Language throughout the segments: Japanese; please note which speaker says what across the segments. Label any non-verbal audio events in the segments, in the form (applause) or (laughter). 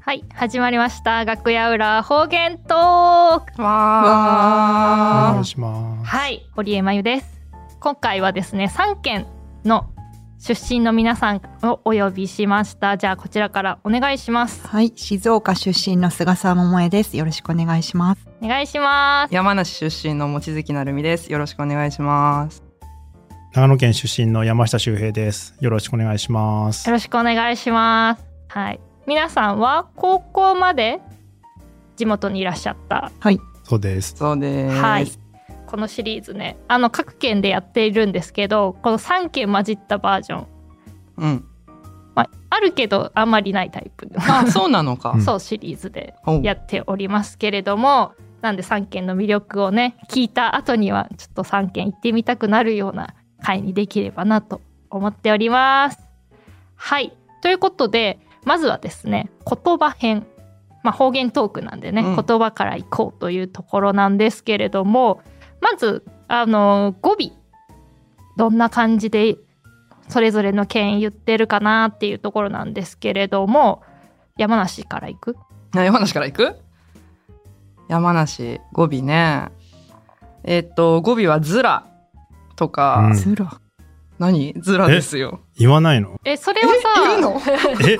Speaker 1: はい始まりました楽屋裏方言トーク
Speaker 2: お
Speaker 3: わー
Speaker 2: 願いします。
Speaker 1: はい堀江真由です今回はですね3県の出身の皆さんをお呼びしましたじゃあこちらからお願いします
Speaker 3: はい、静岡出身の菅沢桃江です。よろしくお願いします。
Speaker 1: お願いします
Speaker 4: 山梨出身の望月なるみです。よろしくお願いします。
Speaker 2: 長野県出身の山下修平です。よろしくお願いします
Speaker 1: よ。ろしくお願いしますはい皆さんは高校まで地元にいらっしゃった
Speaker 2: そうです。
Speaker 4: そうです。
Speaker 1: はい。このシリーズねあの各県でやっているんですけどこの3県混じったバージョン、
Speaker 4: うん。
Speaker 1: まあ、あるけどあんまりないタイプの、
Speaker 4: あ、 (laughs) そうなのか
Speaker 2: う。ん
Speaker 1: そうシリーズで
Speaker 4: おう
Speaker 1: やっておりますけれどもなんで3県の魅力をね聞いた後にはちょっと3県行ってみたくなるような回にできればなと思っております。はいということでまずはですね言葉編、まあ、方言トークなんでね、
Speaker 4: うん
Speaker 1: 言葉から行こうというところなんですけれどもまずあの語尾どんな感じでそれぞれの県言ってるかなっていうところなんですけれども山梨から行く
Speaker 4: あ山梨から行く山梨、語尾ね。えっと、語尾はズラとか、
Speaker 2: うん
Speaker 3: ズラ。
Speaker 4: 何ズラですよ。
Speaker 2: 言わないの。
Speaker 1: えそれはさ
Speaker 4: 言
Speaker 1: (laughs)
Speaker 4: うの
Speaker 2: え。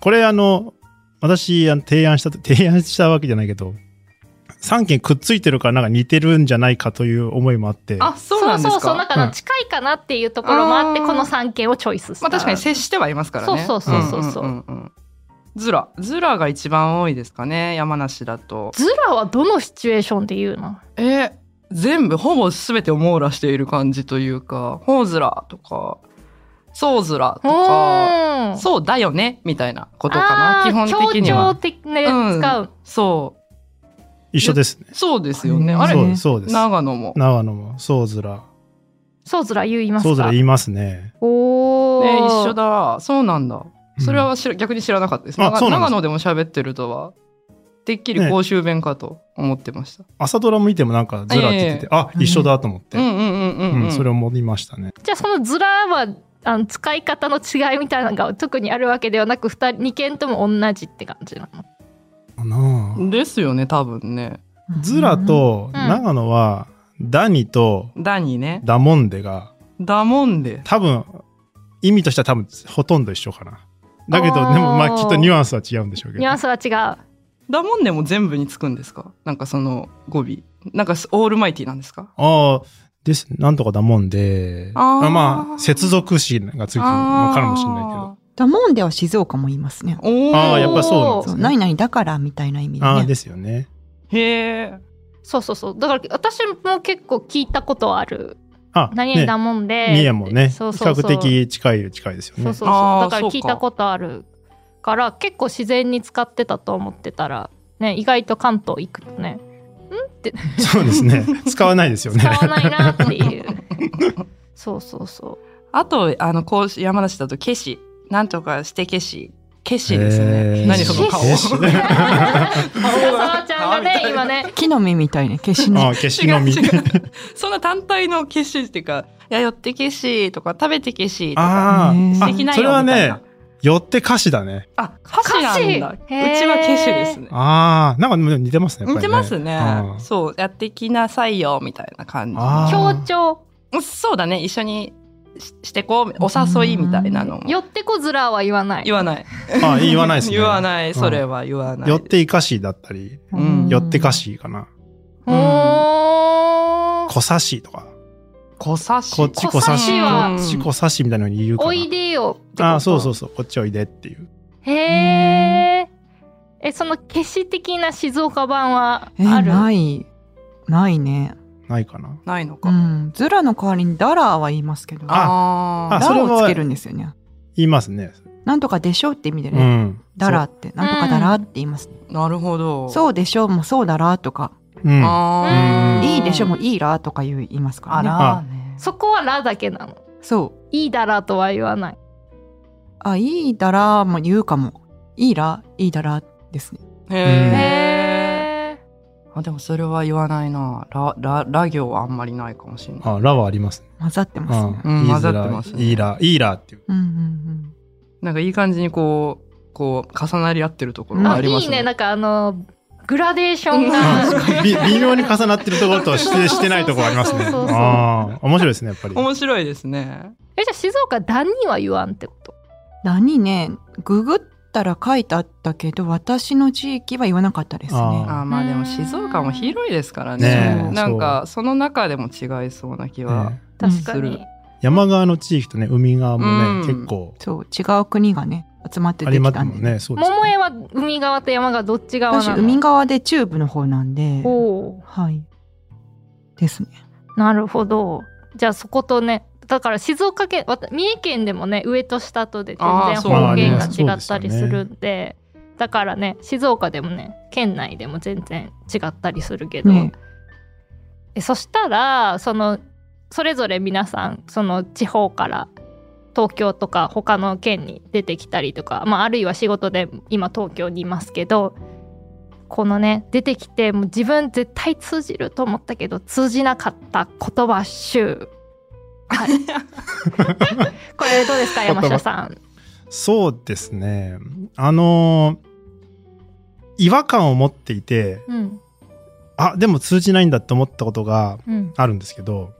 Speaker 2: これあの、私あの提案した提案したわけじゃないけど。三件くっついてるからなんか似てるんじゃないかという思いもあって。
Speaker 4: あ、そうなんで
Speaker 1: そ
Speaker 4: す
Speaker 1: うそう
Speaker 4: か。
Speaker 1: なんかあの
Speaker 2: うん
Speaker 1: 近いかなっていうところもあって、
Speaker 4: あー
Speaker 1: この3県をチョイスした
Speaker 4: まあ確かに接してはいますからね。
Speaker 1: そうそうそうそう
Speaker 4: うんうんうんうんズラ。ズラが一番多いですかね。山梨だと。
Speaker 1: ズラはどのシチュエーションで言うの
Speaker 4: えー全部ほぼ全てを網羅している感じというか「ほうずら」とか「そうずら」とか「
Speaker 1: おう
Speaker 4: そうだよね」みたいなことかな基本的に
Speaker 1: 強調
Speaker 4: は
Speaker 1: 的ね、
Speaker 4: うん
Speaker 1: 使う
Speaker 4: そ
Speaker 2: 一緒ですね。
Speaker 4: うそうですよね
Speaker 3: うん
Speaker 4: あれ
Speaker 2: そう
Speaker 3: ね
Speaker 2: そうです。
Speaker 4: 長野も、
Speaker 2: 長野もそうずら。
Speaker 1: そうずら言いますか
Speaker 2: そうずら言いますね。
Speaker 1: おー
Speaker 4: ね、一緒だそうなんだそれ
Speaker 2: うん
Speaker 4: は知ら逆に知らなかったです
Speaker 2: あ
Speaker 4: 長
Speaker 2: そうなんです
Speaker 4: 長野でも喋ってるとはてっきり
Speaker 2: ね
Speaker 4: 公衆弁かと思ってました、
Speaker 2: 朝ドラも見てもなんかずらって言ってて、あ、一緒だと思って。
Speaker 4: うんうんうんうん、うん
Speaker 2: うん、それを思いましたね。
Speaker 1: じゃあそのズラはあの使い方の違いみたいなのが特にあるわけではなく 2, 2件とも同じって感じなの
Speaker 2: かなあ
Speaker 4: ですよね多分ね
Speaker 2: ズラと長野は、ダニと
Speaker 4: ダニね
Speaker 2: ダモンデが
Speaker 4: ダモンデ
Speaker 2: 多分意味としては多分ほとんど一緒かな。だけどで
Speaker 1: あー
Speaker 2: もまあきっとニュアンスは違うんでしょうけ
Speaker 1: ニュ
Speaker 2: ど
Speaker 1: アン。スは違う
Speaker 4: ダモンデも全部につくんですかなんかその語尾。なんかオールマイティなんですか
Speaker 2: ああですなんとかダモンデ
Speaker 4: あー
Speaker 2: まあ接続詞がついてるのかもしれないけど。
Speaker 3: ダモンでは静岡も言いますね。
Speaker 4: けど。おー
Speaker 2: ああやっぱりそうなんで
Speaker 3: そ
Speaker 2: す
Speaker 3: う、何
Speaker 2: ね。
Speaker 3: 々だからみたいな意味で
Speaker 2: ああ
Speaker 3: ね
Speaker 2: で。すよね。
Speaker 4: へえ。
Speaker 1: そうそうそうだから私も結構聞いたことはある
Speaker 2: あ
Speaker 1: 何々
Speaker 2: ね
Speaker 1: だもんで、
Speaker 2: 三重もね比
Speaker 1: そうそうそう
Speaker 2: 較的近い近いですよ
Speaker 1: そう
Speaker 2: ね。
Speaker 1: そうそう
Speaker 4: あー
Speaker 1: だから聞いたことあるから結構自然に使ってたと思ってたら、ね、意外と関東行くとね
Speaker 2: そうです
Speaker 1: (laughs)
Speaker 2: ね。使わないですよね
Speaker 1: 使。わないなっていうそうそうそ
Speaker 4: あと、あの、こうし山梨だと、ケシ。なんとかしてケシ。ケシですね。
Speaker 2: えー
Speaker 4: 何その顔。
Speaker 2: ケシ
Speaker 1: う沢ちゃんがね
Speaker 4: 顔
Speaker 1: 今ね
Speaker 3: 木の実みたいな消し
Speaker 2: あ
Speaker 3: ね。
Speaker 2: あ消し
Speaker 4: 違
Speaker 2: の
Speaker 4: う
Speaker 2: み。
Speaker 4: 違う。そんな単体のケシっていうか、いや、寄ってケシとか、食べてケシとか。
Speaker 2: あ
Speaker 3: ね
Speaker 4: 素
Speaker 2: あ
Speaker 4: 敵
Speaker 2: あ
Speaker 4: なよ
Speaker 2: それは
Speaker 4: みたい
Speaker 2: ね
Speaker 4: な
Speaker 2: よって歌詞だね。
Speaker 4: あ、歌詞なんだ。う
Speaker 1: 歌詞へー
Speaker 4: ちはケシですね。
Speaker 2: ああなんかでも似てますね。や
Speaker 4: 似
Speaker 2: っぱり
Speaker 4: てますね
Speaker 2: う。ん
Speaker 4: そう、やってきなさいよ、みたいな感じ。
Speaker 2: あー
Speaker 1: 強調
Speaker 4: そうだね一緒にししてこうお誘いみたいなのも
Speaker 1: 寄ってこずらは言わない
Speaker 4: 言わない
Speaker 2: あ言わないですね。
Speaker 4: 言わない
Speaker 2: ん
Speaker 4: それは言わない
Speaker 2: よっていかしだったり、
Speaker 4: うん
Speaker 2: よってか。しかな。
Speaker 1: おー
Speaker 2: こさしとか、
Speaker 4: 小差し
Speaker 2: こっちこ
Speaker 1: こさ
Speaker 2: さし、
Speaker 1: しは
Speaker 2: こっちこさしみたいなのに言うか
Speaker 1: おいでよってこと
Speaker 2: な。あそうそうそう、こっちおいでっていう。
Speaker 1: へーえその消し的な静岡版は
Speaker 3: え、
Speaker 1: ある
Speaker 3: ない。ないね。
Speaker 2: ないかな。
Speaker 4: ないのか、
Speaker 3: うん、ズラの代わりにダラーは言いますけど。
Speaker 2: あ
Speaker 4: あ
Speaker 3: ダ
Speaker 2: あそれ
Speaker 3: ラ
Speaker 2: は
Speaker 3: をつけるんですよね。
Speaker 2: 言いますね。
Speaker 3: なんとかでしょうって意味で
Speaker 2: う
Speaker 3: ね。
Speaker 2: ん。
Speaker 3: ダラーって、なんとかダラーって言います。
Speaker 4: ーなるほどう、
Speaker 3: そうでしょうもそうだらーとか、
Speaker 2: うん。
Speaker 4: あー
Speaker 3: いいでしょうもいいらーとか言いますから
Speaker 4: あ
Speaker 3: ね。
Speaker 4: らーね
Speaker 1: そこは「ら」だけなの
Speaker 3: そ
Speaker 1: 「
Speaker 3: う。
Speaker 1: いいだら」とは言わない
Speaker 3: あ、いいだらーも言うかも。いいら、いいだらーですね。
Speaker 4: へえ
Speaker 1: へー
Speaker 4: でもそれは言わないなららら行はあんまりないかもしれない
Speaker 2: あ、らはありますね。
Speaker 3: 混ざってますね。
Speaker 4: うん
Speaker 2: いいずら
Speaker 4: 混ざってますね
Speaker 2: いいら、いいらっていう。
Speaker 3: うんうん
Speaker 4: なんかいい感じにこうこう重なり合ってるところがありま
Speaker 1: い
Speaker 4: す
Speaker 1: い
Speaker 4: ね。
Speaker 1: ねなんかあのグラデーション
Speaker 4: う
Speaker 1: (laughs)
Speaker 4: ん
Speaker 1: が
Speaker 2: び微妙に重なってるところとしてしてないところありますね。
Speaker 1: そうそうそうそう
Speaker 2: ああ、面白いですね、やっぱり。
Speaker 4: 面白いですね。
Speaker 1: えじゃあ静岡ダニは言わんってこと
Speaker 3: 何ねググったら書いてあったけど私の地域は言わなかったですね
Speaker 2: あ
Speaker 4: あーまあでも静岡も広いですからね。
Speaker 2: ねえ
Speaker 4: なんかその中でも違いそうな気は。
Speaker 2: ね
Speaker 1: 確か
Speaker 4: うん
Speaker 1: に
Speaker 4: する
Speaker 2: 山側の地域とね、海側もね、
Speaker 4: うん
Speaker 2: 結構
Speaker 3: そう違う国がね集まって
Speaker 2: あ
Speaker 3: で
Speaker 2: りま
Speaker 3: き
Speaker 2: す
Speaker 3: た
Speaker 2: も
Speaker 3: ん
Speaker 2: ん
Speaker 3: で
Speaker 2: ね。そうですね
Speaker 1: 桃江は海側と山側どっち側
Speaker 3: 私
Speaker 1: なの
Speaker 3: 海側で中部の方なんで
Speaker 1: おー
Speaker 3: はいですね
Speaker 1: なるほどじゃあそことねだから静岡県わた三重県でもね上と下とで全
Speaker 4: あー
Speaker 1: 然
Speaker 4: そう
Speaker 1: 方言が
Speaker 2: まあね
Speaker 1: 違ったりするんでだからね静岡でもね県内でも全然違ったりするけど、
Speaker 3: ね
Speaker 1: えそしたらそのそれぞれ皆さんその地方から東京とか他の県に出てきたりとか、まあ、あるいは仕事で今東京にいますけどこのね出てきてもう自分絶対通じると思ったけど通じなかった言葉集、はい、これどうですか
Speaker 2: 言葉
Speaker 1: 山下さん。
Speaker 2: そうですね。あのー違和感を持っていて、
Speaker 1: うん
Speaker 2: あ、でも通じないんだって思ったことが
Speaker 1: うん
Speaker 2: あるんですけど、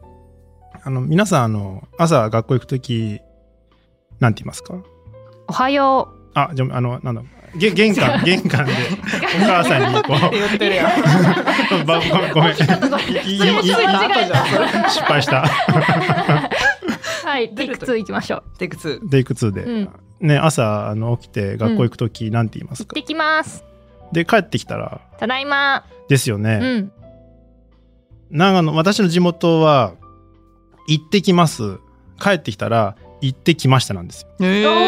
Speaker 2: あの、皆さん、あの、朝学校行くとき、なんて言いますか
Speaker 1: おはよう。
Speaker 2: あ、じゃあ、あの、なんだ、げ玄
Speaker 1: (laughs)
Speaker 2: 関、玄関で、お母さんに、こう、
Speaker 4: 言ってるやん。 (laughs)
Speaker 2: ばごめん。いいいい
Speaker 1: それも
Speaker 2: いい
Speaker 1: 通じない
Speaker 2: 失敗した。
Speaker 1: はい、テイク2いきましょう。
Speaker 4: テイク2。
Speaker 2: で、いくつで。
Speaker 1: うん
Speaker 2: ね、朝、あの、起きて、学校行くとき、なんて言いま
Speaker 1: 行
Speaker 2: す
Speaker 1: っ
Speaker 2: か、
Speaker 1: てきます。
Speaker 2: で、帰ってきたら、
Speaker 1: ただいま。
Speaker 2: ですよね。
Speaker 1: うん。
Speaker 2: 長野私の地元は行ってきます帰ってきたら行ってきましたなんですよ
Speaker 4: え
Speaker 1: おー
Speaker 3: へ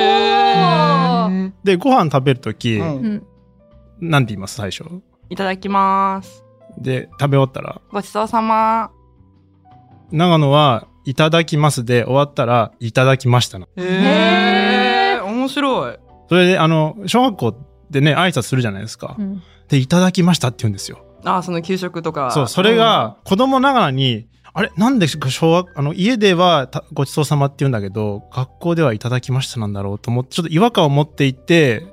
Speaker 3: ー
Speaker 2: でご飯食べる時、
Speaker 4: ーう
Speaker 2: 何
Speaker 4: ん
Speaker 1: うん。
Speaker 2: て言います最初
Speaker 4: いただきます。
Speaker 2: で食べ終わったら
Speaker 4: ごちそうさま。
Speaker 2: 長野はいただきますで終わったらいただきましたな
Speaker 1: へ
Speaker 4: えー、面白い。
Speaker 2: それであの小学校でね挨拶するじゃないですか、
Speaker 1: うん
Speaker 2: でいただきましたって言うんですよ
Speaker 4: あーその給食とか。
Speaker 2: そうそれが子供ながらにあれなんで小学あの家ではたごちそうさまって言うんだけど学校ではいただきましたなんだろうと思ってちょっと違和感を持っていて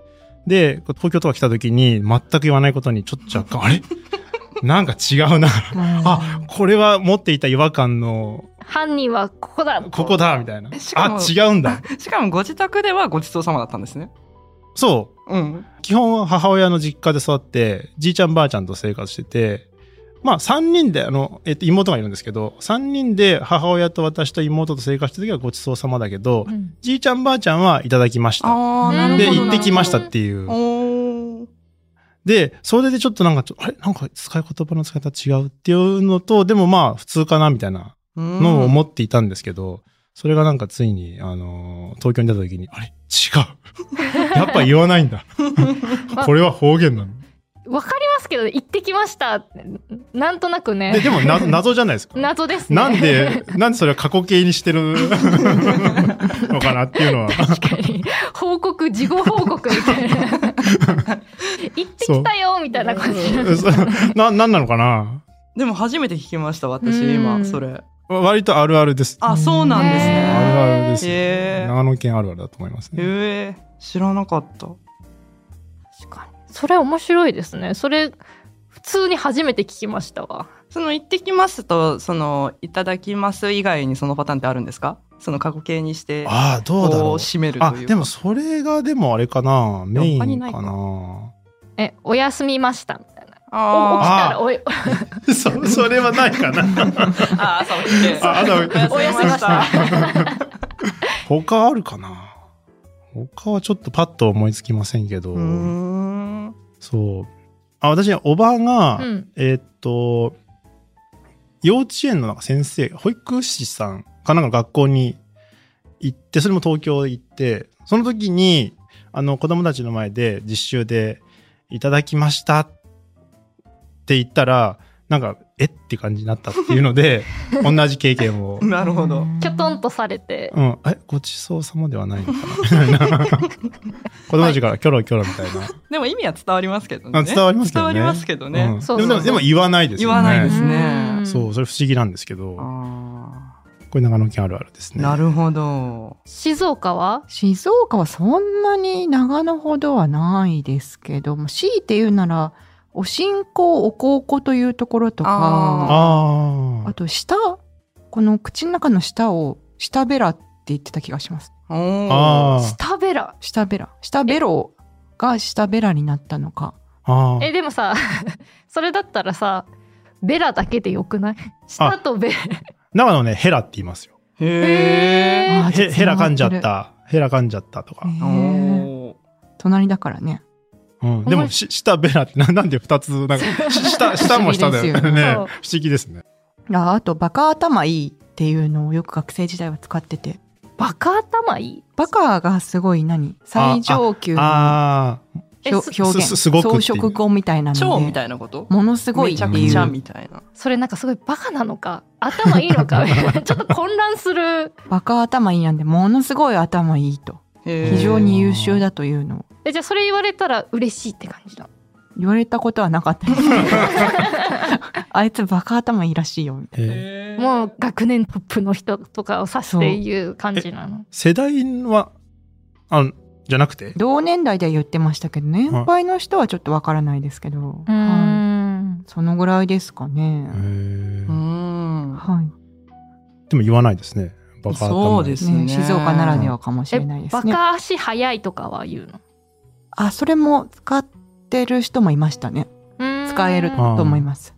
Speaker 2: で東京とか来た時に全く言わないことにちょっと若干あれ
Speaker 4: (laughs)
Speaker 2: なんか違うなあこれは持っていた違和感の
Speaker 1: 犯人はここだ。
Speaker 2: ここだみたいな
Speaker 4: えしかも
Speaker 2: あ違うんだ
Speaker 4: うん。しかもご自宅ではごちそうさまだったんですね。
Speaker 2: そう
Speaker 4: うん。
Speaker 2: 基本は母親の実家で育ってじいちゃんばあちゃんと生活しててまあ3人であの、えっと、妹がいるんですけど3人で母親と私と妹と生活した時はごちそうさまだけど、
Speaker 1: うん
Speaker 2: じいちゃんばあちゃんはいただきました
Speaker 4: ああ、
Speaker 1: ー
Speaker 4: なるほ
Speaker 2: で
Speaker 4: どな。
Speaker 2: 行ってきましたっていう
Speaker 4: おー
Speaker 2: でそれでちょっとなんかちょあれなんか使い言葉の使い方違うっていうのとでもまあ普通かなみたいな
Speaker 4: うん
Speaker 2: のを思っていたんですけど、それがなんかついに、あのー東京に出た時にあれ違う (laughs) やっぱ言わないんだこれは方言なの
Speaker 1: わかりますけど、行ってきましたって。なんとなく
Speaker 2: で
Speaker 1: ね。
Speaker 2: でもな謎じゃない
Speaker 4: (laughs)
Speaker 2: ですか
Speaker 1: 謎ですね。
Speaker 2: なんで、なんでそれを過去形にしてる (laughs) のかなっていうのは。
Speaker 1: (laughs) 確かに報告、事後報告みたい
Speaker 2: (laughs)
Speaker 1: な。行ってきたよみたいな感じ。
Speaker 2: そうな、なんなのかな
Speaker 4: でも初めて聞きました、私、
Speaker 1: う
Speaker 4: 今、
Speaker 1: ん
Speaker 4: それ。
Speaker 2: わ割とあるあるです。
Speaker 4: あ、そうなんです
Speaker 2: ある
Speaker 1: へ
Speaker 4: ね。
Speaker 2: あるです、
Speaker 4: へー
Speaker 2: 長野県あるあるだと思いますね。
Speaker 4: ええ知らなかった。
Speaker 1: 確かに。それ面白いですね。それ、普通に初めて聞きましたわ。
Speaker 4: その行ってきますと、そのいただきます以外にそのパターンってあるんですか？その過去形にして
Speaker 2: ああ、どうだ
Speaker 4: こ
Speaker 2: ろ
Speaker 4: う
Speaker 2: う。
Speaker 4: 締めるという
Speaker 2: あ、
Speaker 4: か。
Speaker 2: でもそれがでもあれかな。メイ
Speaker 4: 他に
Speaker 2: ン
Speaker 4: ない
Speaker 2: か
Speaker 4: か
Speaker 2: な。
Speaker 1: え、お休みましたみたいな。お起き
Speaker 4: あ
Speaker 1: たらおい、
Speaker 2: そ、それはないかな。 (laughs)
Speaker 4: ーあー、朝起きて。
Speaker 2: あ朝起きて
Speaker 1: おやすみなさ
Speaker 2: 他あるかな。他はちょっとパッと思いつきませんけど
Speaker 4: うー。ん。
Speaker 2: そう。あ、私、おばが、
Speaker 1: うん
Speaker 2: えーっと、幼稚園のなんか先生、保育士さんかなんかの学校に行って、それも東京行って、その時に、あの、子供たちの前で実習で、いただきましたって言ったら、なんか、えって感じになったっていう
Speaker 1: (laughs)
Speaker 2: ので、同じ経験を。
Speaker 4: なるほど。
Speaker 1: きょとんとされて。
Speaker 2: うん、え、ごちそうさまではないのかなみた
Speaker 1: (laughs)
Speaker 2: いな。子供たちからキョロキョロみたいな。
Speaker 4: でも意味は伝わりますけどね。
Speaker 2: あ伝わりますけど
Speaker 4: 伝わ
Speaker 2: ね。
Speaker 4: りますけどね
Speaker 2: うん
Speaker 1: そう
Speaker 2: で
Speaker 1: そう
Speaker 2: もでもでも言わないですよね。
Speaker 4: 言わないですね
Speaker 1: うん
Speaker 2: そう、それ不思議なんですけど、
Speaker 4: あ
Speaker 2: これ長野県あるあるですね。
Speaker 4: なるほど。
Speaker 1: 静岡は
Speaker 3: 静岡はそんなに長野ほどはないですけども強いて言うならお信仰お香庫というところとかあ
Speaker 2: ああ。
Speaker 3: と舌この口の中の舌を舌ベラって言ってた気がします
Speaker 4: おー
Speaker 2: あー
Speaker 1: スタベラ
Speaker 3: 舌ベラ舌ベロが舌ベラになったのか
Speaker 2: あー
Speaker 1: えでもさ (laughs) それだったらさベラだけでよくない舌とベラ
Speaker 2: 長野ね、ヘラって言いますよ。
Speaker 4: へえ。
Speaker 1: えー
Speaker 3: あー
Speaker 2: へヘラ噛んじゃっ
Speaker 3: つなが
Speaker 2: た。ヘラ噛んじゃったとか。
Speaker 3: てるへー
Speaker 4: おー
Speaker 3: 隣だからね
Speaker 2: うん、でも、し舌ベラってななんで二つ、なんか、し舌、舌も舌だよ
Speaker 3: 不
Speaker 2: ね。
Speaker 3: 思議です
Speaker 1: よねそう
Speaker 2: ね不思議ですね。
Speaker 3: ああとバカ頭いいっていうのをよく学生時代は使ってて
Speaker 1: バカ頭いい
Speaker 3: バカがすごい何最上級の
Speaker 2: ああ、
Speaker 1: え
Speaker 3: 表
Speaker 1: す
Speaker 3: 表現
Speaker 2: すすごくっていう
Speaker 3: 装飾語みたいなので
Speaker 4: 超みたいなこと
Speaker 3: ものすご
Speaker 4: め
Speaker 3: いっ
Speaker 4: ち
Speaker 3: て
Speaker 4: ゃく
Speaker 3: い
Speaker 4: ちゃ
Speaker 3: う
Speaker 4: みたいな。
Speaker 1: それなんかすごいバカなのか頭いいの
Speaker 3: (laughs)
Speaker 1: かちょっと混乱する
Speaker 3: バカ頭いいなんでものすごい頭いいと
Speaker 4: へー
Speaker 3: 非常に優秀だというのを
Speaker 1: えじゃあそれ言われたら嬉しいって感じだ
Speaker 3: 言われたことはなかった
Speaker 4: (laughs)
Speaker 3: ですあいつバカ頭いいらしいよみたい
Speaker 4: へ
Speaker 2: えー
Speaker 4: ー
Speaker 1: もう学年トップの人とかを指して言う感じなの
Speaker 2: 世代は、あじゃなくて
Speaker 3: な同年代では言ってましたけど年配の人はちょっとわからないですけど、
Speaker 1: うー
Speaker 3: は
Speaker 1: ん
Speaker 3: い、そのぐらいですかね、
Speaker 2: へー
Speaker 4: うん。
Speaker 3: はい
Speaker 2: でも言わないですね。バカ頭
Speaker 4: そうですね
Speaker 3: ね、静岡ならではかもし
Speaker 1: え
Speaker 3: れないで
Speaker 1: バ
Speaker 3: すね
Speaker 1: カ足早いとかは言うの
Speaker 3: あそれも使ってる人もいましたね
Speaker 1: うーん
Speaker 3: 使えると思います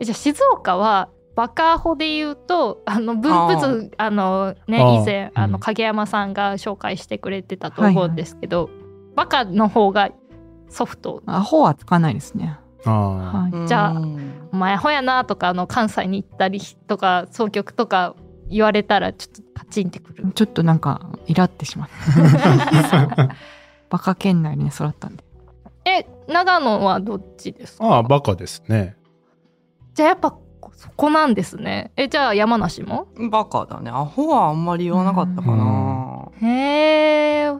Speaker 1: えじゃあ静岡はバカホで言うとあの分布図あのね
Speaker 2: あー
Speaker 1: 以前
Speaker 2: うん
Speaker 1: あの影山さんが紹介してくれてたと思うんですけど、バカの方がソフト
Speaker 3: アホはつかないですね
Speaker 2: あ
Speaker 3: はい、
Speaker 4: うん
Speaker 1: じゃあ「お前アホやな」とかあの関西に行ったりとか総局とか言われたらちょっとカチンってくる
Speaker 3: ちょっとなんかイラってしまったバカ圏内に育ったんで
Speaker 1: え長野はどっちです
Speaker 2: あ。ああ、
Speaker 1: か
Speaker 2: バカですね。
Speaker 1: じゃあやっぱそこなんですねえじゃあ山梨も
Speaker 4: バカだね。アホはあんまり言わなかったかな。
Speaker 1: へえ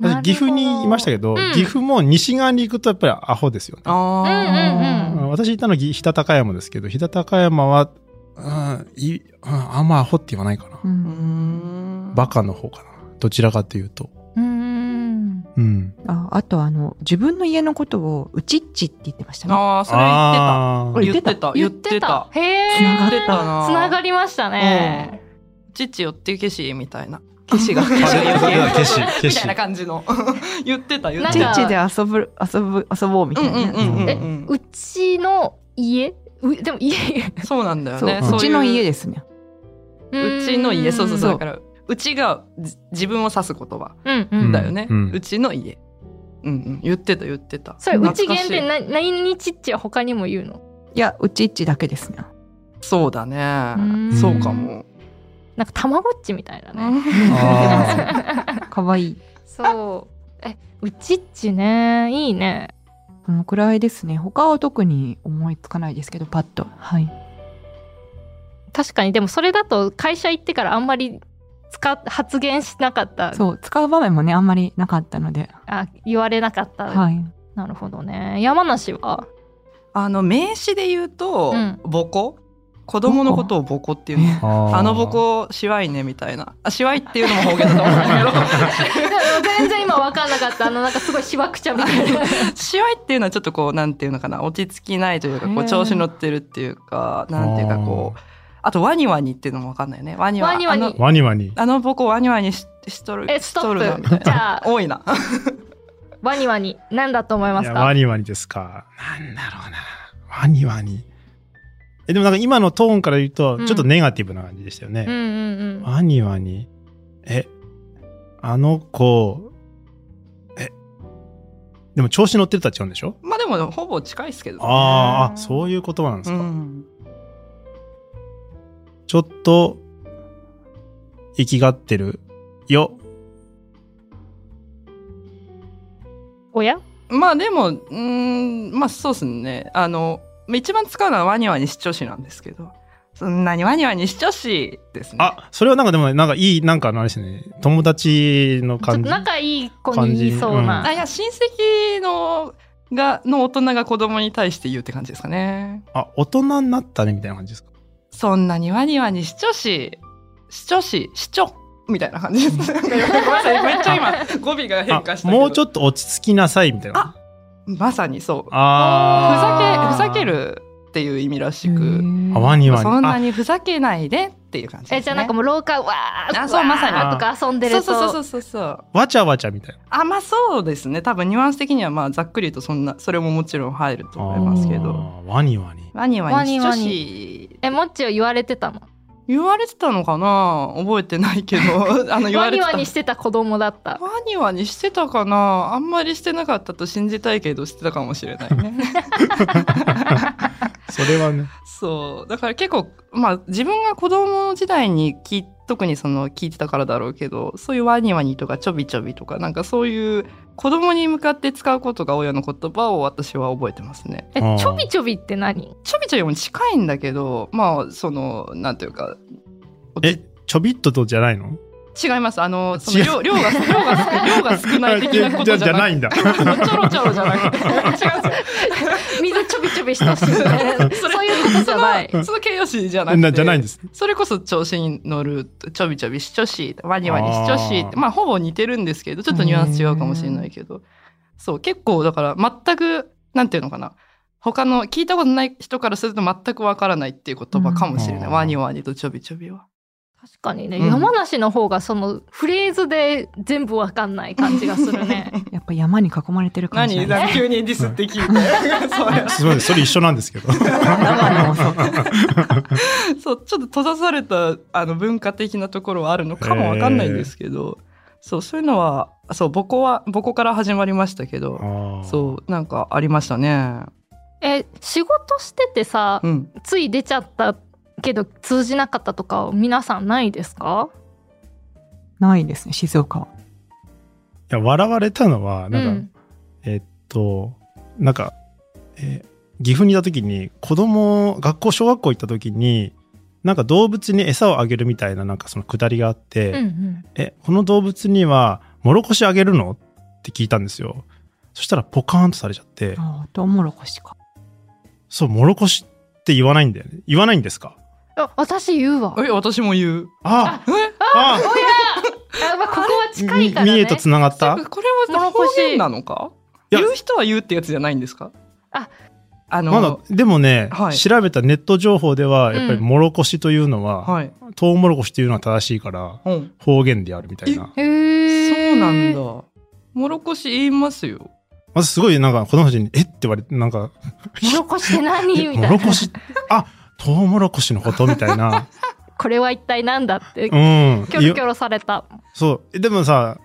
Speaker 2: 私岐阜にいましたけ
Speaker 1: う
Speaker 2: ど、
Speaker 1: ん
Speaker 2: 岐阜も西側に行くとやっぱりアホですよね。
Speaker 4: あ
Speaker 1: うん
Speaker 2: うん私いたのは日田高山ですけど、日田高山は、うん、いうんあんまアホって言わないかな。
Speaker 3: う
Speaker 4: ーうんん。
Speaker 2: バカの方かな。どちらかというと。
Speaker 1: うーん
Speaker 2: うん。
Speaker 3: ああとあの自分の家のことをうちっちって言ってましたね
Speaker 4: ああ、それ
Speaker 2: あー
Speaker 4: 言ってた。言ってた。
Speaker 1: へえ
Speaker 3: つなが
Speaker 4: 言っ
Speaker 3: っ
Speaker 4: てたな。
Speaker 1: つながりましたね。
Speaker 4: うん。父寄ってけしみたいな。けしが。けし
Speaker 2: あそれはけし
Speaker 4: (laughs)
Speaker 2: け
Speaker 4: み
Speaker 2: した
Speaker 4: いな感じの。 (laughs) 言ってた。言
Speaker 1: な
Speaker 4: っ
Speaker 1: ん
Speaker 3: うち
Speaker 4: て
Speaker 1: か
Speaker 3: っ
Speaker 4: た。
Speaker 3: ちで遊ぶ遊ぶ遊ぼうみ
Speaker 4: う
Speaker 3: たい
Speaker 4: んう
Speaker 3: なね、
Speaker 4: んうんう
Speaker 1: え
Speaker 4: んう。
Speaker 1: うんちの家うでも家
Speaker 4: (laughs) そうなんだよ
Speaker 3: そう
Speaker 4: ね。
Speaker 3: うちの家
Speaker 4: で。
Speaker 3: ですね
Speaker 4: うちの家。そうそうそう。だ
Speaker 3: うん
Speaker 4: から、うちがじ自分を指す言葉
Speaker 1: うんう
Speaker 2: うんん
Speaker 4: だよね。
Speaker 2: うん
Speaker 4: うちの家。うんうん。言ってた言ってた。
Speaker 1: それうち
Speaker 4: 懐か
Speaker 1: 限
Speaker 4: しい
Speaker 1: 定な何日っちは他にも言うの
Speaker 3: いやうちっちだけですね
Speaker 4: そうだ
Speaker 1: うん
Speaker 4: ね。そうかも。
Speaker 1: なんかたまごっちみたいだね
Speaker 2: あ
Speaker 3: (laughs) かわいい
Speaker 1: そう (laughs) えうちっちねいいね
Speaker 3: このくらいですね他は特に思いつかないですけどパッとはい
Speaker 1: 確かにでもそれだと会社行ってからあんまり使っ発言しなかった
Speaker 3: そう使う場面もねあんまりなかったので
Speaker 1: あ言われなかった、
Speaker 3: はい
Speaker 1: なるほどね山梨は
Speaker 4: あの名詞で言うと
Speaker 1: うん
Speaker 4: 母子子供のことを母子っていうの。
Speaker 2: ー
Speaker 4: あの母子しわいねみたいな。あしわいっていうのも方言だと思うんだ
Speaker 1: でも (laughs) 全然今分かんなかったあのなんかすごいしわくちゃみたいな
Speaker 4: けど (laughs) しわいっていうのはちょっとこうなんていうのかな落ち着きないというかこ
Speaker 3: へー
Speaker 4: う調子乗ってるっていうかなんていうかこうあとワニワニっていうのもわかんないよねワニワ
Speaker 1: ワニワニ
Speaker 4: あの
Speaker 2: ワニワニ。
Speaker 4: あの母子ワニワニししとる
Speaker 1: え
Speaker 4: し
Speaker 1: スト
Speaker 4: とるなみた
Speaker 1: ッ
Speaker 4: い
Speaker 1: プじ
Speaker 4: な
Speaker 1: ゃあ
Speaker 4: 多いな (laughs)
Speaker 1: ワニワニ何だと思いま
Speaker 2: い
Speaker 1: す
Speaker 2: や
Speaker 1: か
Speaker 2: ワニワニですか。なんだろうな。ワニワニ。え、でもなんか今のトーンから言うと、
Speaker 1: うん
Speaker 2: ちょっとネガティブな感じでしたよ
Speaker 1: うん
Speaker 2: ね。
Speaker 1: うんうん
Speaker 2: ワニワニ。え、あの子、え、でも調子乗ってるとは違うんでしょ
Speaker 4: まあでもほぼ近いですけどね
Speaker 2: あーあ、そういう言葉なんです
Speaker 4: う
Speaker 2: か。
Speaker 4: ん
Speaker 2: ちょっと、生きがってるよ。
Speaker 1: おや
Speaker 4: まあでもうーんまあそうですねあの一番使うのはワニワニ視聴士なんですけどそんなにワニワニ視聴士ですね
Speaker 2: あ、それはなんかでもね、なんかいい、なんかあのあれですね、友達
Speaker 1: ちょっ
Speaker 2: の
Speaker 1: と
Speaker 2: 感じ。
Speaker 1: 仲いい子に言いそうな、
Speaker 4: あいや親戚のがの大人が子供に対して言うって感じですかね
Speaker 2: あ、大人になったねみたいな感じですか。
Speaker 4: そんなにワニワニしちょし、しちょし、しちょみたいな感じ
Speaker 2: (laughs)
Speaker 4: です。なんかよくごめんなさい、めっちゃ今語尾が変化したけど。
Speaker 2: もうちょ
Speaker 4: っ
Speaker 2: っと落ち着きなさいみたいな。
Speaker 4: と。まさにそう。ふ
Speaker 2: あ
Speaker 1: あー
Speaker 4: ざけ、ふざけるっていう意味らし
Speaker 3: へ
Speaker 4: く。
Speaker 2: ー
Speaker 3: ー
Speaker 2: あ。ワニワニ。
Speaker 4: そんな
Speaker 2: あ
Speaker 4: にふざけないでっていう感じです、ね。
Speaker 1: えじゃあなんかもう廊下うわー
Speaker 4: あそう
Speaker 1: わー
Speaker 4: まさに
Speaker 1: とか遊んでる
Speaker 4: そう
Speaker 1: と
Speaker 4: そうそうそうそう。
Speaker 2: わちゃわちゃみたいな。
Speaker 4: あ、まあそうですね。多分ニュアンス的にはまあざっくりとそんな、それももちろん入ると思いますけ
Speaker 2: あ
Speaker 4: ど。
Speaker 2: ー。ワニワニ。
Speaker 4: ワニワニしちょ
Speaker 1: ワニワ
Speaker 4: し。
Speaker 1: えもっちは言われてたの
Speaker 4: 言われてたのかな覚えてない
Speaker 1: (laughs)
Speaker 4: けど。あの言わ
Speaker 1: ワニ
Speaker 4: れてた。
Speaker 1: ワニしてた子供だった
Speaker 4: ワニワニしてたかなあんまりしてなかったと信じたいけどしてたかもしれない
Speaker 1: (laughs)
Speaker 4: ね。
Speaker 2: それはね。
Speaker 4: そう。だから結構、まあ自分が子供時代に聞い特にその聞いてたからだろうけど、そういうワニワニとかちょびちょびとか、なんかそういう子供に向かって使うことが親の言葉を私は覚えてますね。
Speaker 1: え
Speaker 2: あー
Speaker 1: ちょびちょびって何
Speaker 4: ちょびちょびも近いんだけど、まあその、なんていうか、
Speaker 2: え、ちょびっととじゃないの
Speaker 4: 違います。あの、そ
Speaker 2: 違
Speaker 4: の
Speaker 2: う
Speaker 4: 量量が量が量が少ない的なこ
Speaker 2: じ
Speaker 4: と
Speaker 2: ゃ
Speaker 4: じ
Speaker 2: じ
Speaker 4: ゃ
Speaker 2: ゃ
Speaker 4: な
Speaker 2: な
Speaker 4: く
Speaker 2: (laughs) いんだ。
Speaker 4: て、 (laughs) ちょろちょろじゃ
Speaker 1: (laughs)
Speaker 4: なくて、違うんですよ。
Speaker 1: 水ちょびちょび
Speaker 4: (laughs)
Speaker 1: したしそういうことじゃない
Speaker 4: そのその形容詞じゃなくて。
Speaker 2: なじゃないんです。
Speaker 4: それこそ調子に乗るちょびちょびしちょしワニワニしちょしって
Speaker 2: あー
Speaker 4: まあほぼ似てるんですけどちょっとニュアンス違うかもしれないけどそう結構だから全くなんていうのかな他の聞いたことない人からすると全くわからないっていう言葉かもしれない、
Speaker 2: うん
Speaker 4: ワニワニとちょびちょびは。
Speaker 1: 確かにね、
Speaker 4: うん
Speaker 1: 山梨の方がそのフレーズで全部わかんない感じがするね
Speaker 2: (laughs)
Speaker 3: やっぱ山に囲まれてる感じ
Speaker 4: 何
Speaker 3: なんですね。
Speaker 4: 急にディスって聞いてそう
Speaker 2: すみません、それ一緒なんですけど。
Speaker 3: (laughs) 長野もそう。
Speaker 4: (laughs) そうちょっと閉ざされたあの文化的なところはあるのかもわかんないんですけど、そうそういうのはそう母校は母校から始まりましたけど、そうなんかありましたね。
Speaker 1: え仕事しててさ、
Speaker 4: うん、
Speaker 1: つい出ちゃったけど通じなかったとか皆さんないですか
Speaker 3: ないですね、静岡は。
Speaker 2: いや、笑われたのは、なんか、
Speaker 1: うん
Speaker 2: えっと、なんか、えー岐阜にいた時に、子供、学校、小学校行った時に、なんか動物に餌をあげるみたいな、なんかそのくだりがあって、
Speaker 1: うんうん
Speaker 2: え、この動物には、もろこしあげるのって聞いたんですよ。そしたら、ポカーンとされちゃって、
Speaker 3: ああ、トウモロコシか。
Speaker 2: そう、もろこしって言わないんだよね。言わないんですか
Speaker 1: あ私言うわ
Speaker 4: え私も言う。
Speaker 2: あ
Speaker 4: え
Speaker 2: あ
Speaker 1: あ、まあ、ここは近いから
Speaker 2: み
Speaker 1: ね
Speaker 2: 三重とつながっ
Speaker 4: そ
Speaker 2: た
Speaker 4: うかこれは方言なのか
Speaker 2: いや
Speaker 4: 言う人は言うってやつじゃないんですか
Speaker 1: あ
Speaker 4: あの、
Speaker 2: まだ、でもね、
Speaker 4: はい
Speaker 2: 調べたネット情報では、やっぱり
Speaker 1: うん
Speaker 2: もろこしというのは、
Speaker 4: はい。
Speaker 2: トウモロコシというのは正しいから、
Speaker 4: うん。
Speaker 2: 方言であるみたいな。
Speaker 1: へ
Speaker 4: そうなんだ
Speaker 1: だ。
Speaker 4: もろこし言いますよ。
Speaker 2: まずすごいなんか子供たちに、えって言われて、なんか、
Speaker 1: もろこしって何みたい
Speaker 2: も
Speaker 1: な
Speaker 2: ろこし、 (laughs) あトウモロコシのことみたい
Speaker 1: (laughs)
Speaker 2: な。
Speaker 1: これは一体なんだって
Speaker 2: うん。
Speaker 1: キョロキ
Speaker 2: い
Speaker 1: ョ
Speaker 2: や
Speaker 1: ロされた
Speaker 2: そう。えでもさ、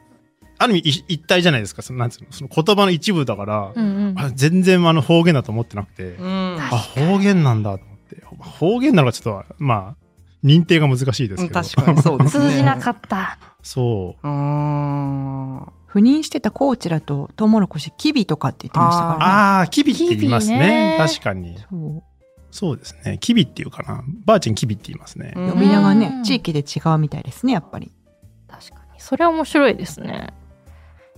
Speaker 2: ある意味い一体じゃないですか。そのなんつうのその言葉の一部だから、
Speaker 1: うんうん
Speaker 2: あ全然あの方言だと思ってなくて、
Speaker 4: うん。
Speaker 2: あ、方言なんだと思って。方言なのかちょっと、まあ、認定が難しいですけど。
Speaker 4: 確かにそうですね。
Speaker 1: 通じなかった
Speaker 2: そう。
Speaker 4: うーん。
Speaker 3: 赴任してた高知だと、トウモロコシ、キビとかって言ってましたから、ね。
Speaker 2: ああ、キビって言いますね
Speaker 1: キビね
Speaker 2: 確かに。
Speaker 3: そう。
Speaker 2: そうですね。キビっていうかな。ばあちゃんキビって言いますね。
Speaker 4: うん
Speaker 3: 呼び名が
Speaker 1: う
Speaker 3: ね
Speaker 1: ん、
Speaker 3: 地域で違うみたいですね、やっぱり。
Speaker 1: 確かにそれは面白いですね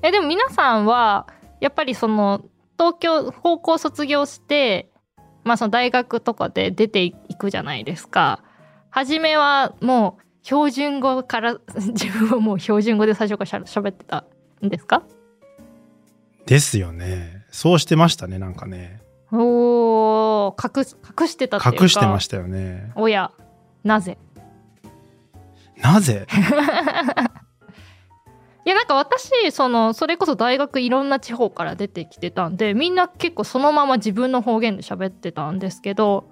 Speaker 1: えでも皆さんはやっぱりその東京高校卒業して、まあ、その大学とかで出ていくじゃないですか初めはもう標準語から自分はもう標準語で最初からしゃべってたんですか
Speaker 2: ですよね。そうしてましたね、なんかね。
Speaker 1: おー隠す隠してたっていうか
Speaker 2: 隠してましたよね。
Speaker 1: おやなぜ
Speaker 2: なぜ
Speaker 1: いやなんか私そのそれこそ大学いろんな地方から出てきてたんでみんな結構そのまま自分の方言で喋ってたんですけど、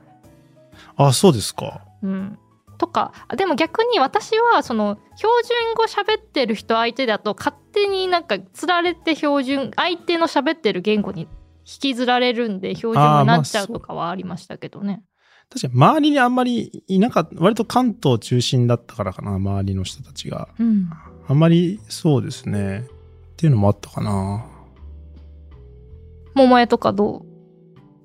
Speaker 2: あ、そうですか。
Speaker 1: うん、とかあでも逆に私はその標準語喋ってる人相手だと勝手になんかつられて標準相手の喋ってる言語に引きずられるんで標準語になっちゃうとかはありましたけどね。
Speaker 2: 確かに周りにあんまりいなかった、割と関東中心だったからかな、周りの人たちが。
Speaker 1: うん
Speaker 2: あんまりそうですね。っていうのもあったかな。
Speaker 1: 桃江とかど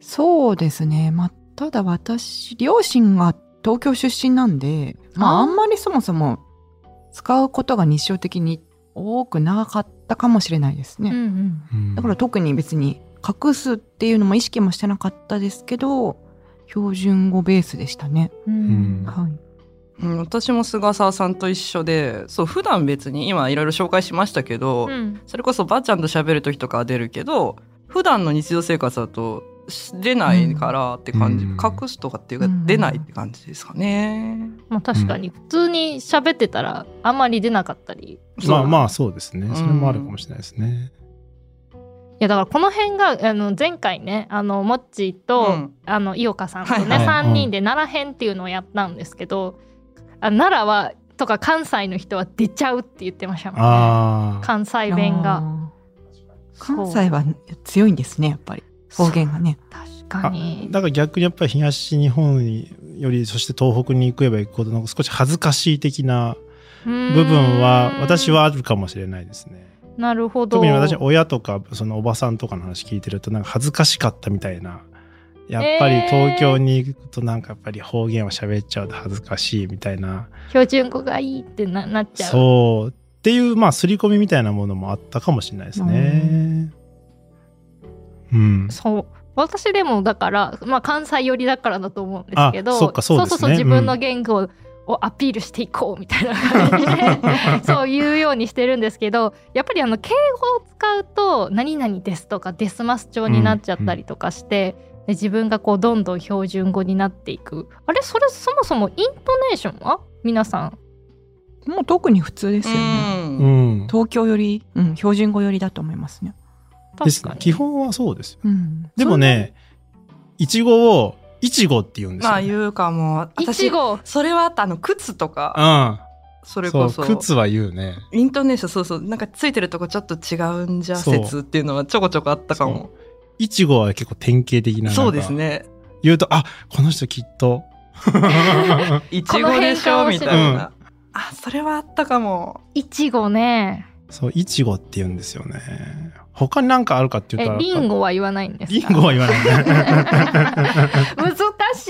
Speaker 3: そうですね。まあ、ただ私、両親が東京出身なんで、ま
Speaker 1: あー
Speaker 3: あ、あんまりそもそも使うことが日常的に多くなかったかもしれないです
Speaker 1: う、
Speaker 3: ね。
Speaker 1: ん
Speaker 2: うん
Speaker 3: だから特に別に隠すっていうのも意識もしてなかったですけど、標準語ベースでしたね。
Speaker 2: ん
Speaker 3: はい。
Speaker 4: うん、私も菅沢さんと一緒でそう普段別に今いろいろ紹介しましたけど、
Speaker 1: うん
Speaker 4: それこそばあちゃんと喋る時とかは出るけど普段の日常生活だとし出ないからって感じ、
Speaker 2: うん
Speaker 4: 隠すとかっていうか
Speaker 3: うん
Speaker 4: 出ないって感じですかね。
Speaker 1: まあ確かに普通に喋ってたらあまり出なかったり
Speaker 2: まあま
Speaker 4: あ
Speaker 2: あそうですね
Speaker 4: ん
Speaker 2: それもあるかもしれないですね、
Speaker 1: いやだからこの辺があの前回ねあのモッチーと、
Speaker 4: うん
Speaker 1: あの井岡さんとね、
Speaker 4: はいはい
Speaker 2: はい
Speaker 1: 3人で奈良編っていうのをやったんですけど、あ奈良はとか関西の人は出ちゃうって言ってましたもんね
Speaker 2: ああ
Speaker 1: 関西弁が
Speaker 3: あー。関西は強いんですね、やっぱり。方言がね。
Speaker 1: そう確かに
Speaker 2: だから逆にやっぱり東日本によりそして東北に行けば行くほどの少し恥ずかしい的な部
Speaker 1: 部
Speaker 2: 分は私はあるかもしれないですね。
Speaker 1: なるほど
Speaker 2: 特に私親とかそのおばさんとかの話聞いてるとなんか恥ずかしかったみたいなやっぱり東京に行くとなんかやっぱり方言を喋っちゃうと恥ずかしいみたいな、
Speaker 1: 標準語がいいってななっちゃう
Speaker 2: そうっていうまあ刷り込みみたいなものもあったかもしれないですね。うん、
Speaker 1: そう私でもだから、まあ、関西寄りだからだと思うんですけど
Speaker 2: あそっかそうですね
Speaker 1: そうそう
Speaker 2: うん
Speaker 1: 自分の言語をアピールしていこうみたいな感
Speaker 2: (laughs)
Speaker 1: じでそういうようにしてるんですけどやっぱりあの敬語を使うと「何々です」とか「デスマス調」になっちゃったりとかして、で自分がこうどんどん標準語になっていくあれそれそもそもイントネーションは皆さん
Speaker 3: もう特に普通ですよね。
Speaker 2: う
Speaker 4: うん
Speaker 2: ん
Speaker 3: 東京より、うん、標準語よりだと思いますね。
Speaker 2: です
Speaker 1: 確かに
Speaker 2: 基本はそうですよ。
Speaker 3: うん。
Speaker 2: でもねいちごをいちごって言うんです
Speaker 4: ま
Speaker 2: よ、
Speaker 4: あ
Speaker 2: ね。
Speaker 4: 言うかも
Speaker 1: いち
Speaker 4: 私
Speaker 1: ご
Speaker 4: それはあったあの靴とかそ
Speaker 2: うん、
Speaker 4: れこそ
Speaker 2: そう靴は言うね。
Speaker 4: イントネーションそうそうなんかついてるとこちょっと違うんじゃ
Speaker 2: そう
Speaker 4: 説っていうのはちょこちょこあったかも
Speaker 2: いちごは結構典型的ななんか
Speaker 4: そうですね
Speaker 2: 言うとあこの人きっと (laughs)
Speaker 4: いちごでし
Speaker 1: こ
Speaker 4: ょ
Speaker 1: の辺かも
Speaker 4: みたい
Speaker 1: しれ
Speaker 2: ない
Speaker 4: な、あそれはあったかも
Speaker 1: いちごね
Speaker 2: そういちごって言うんですよね他に何かあるかって言
Speaker 1: え
Speaker 2: ったら
Speaker 1: リンゴは言わないんです
Speaker 2: リン
Speaker 1: か
Speaker 2: ゴは言わ
Speaker 4: (laughs)
Speaker 2: ないね
Speaker 1: 難し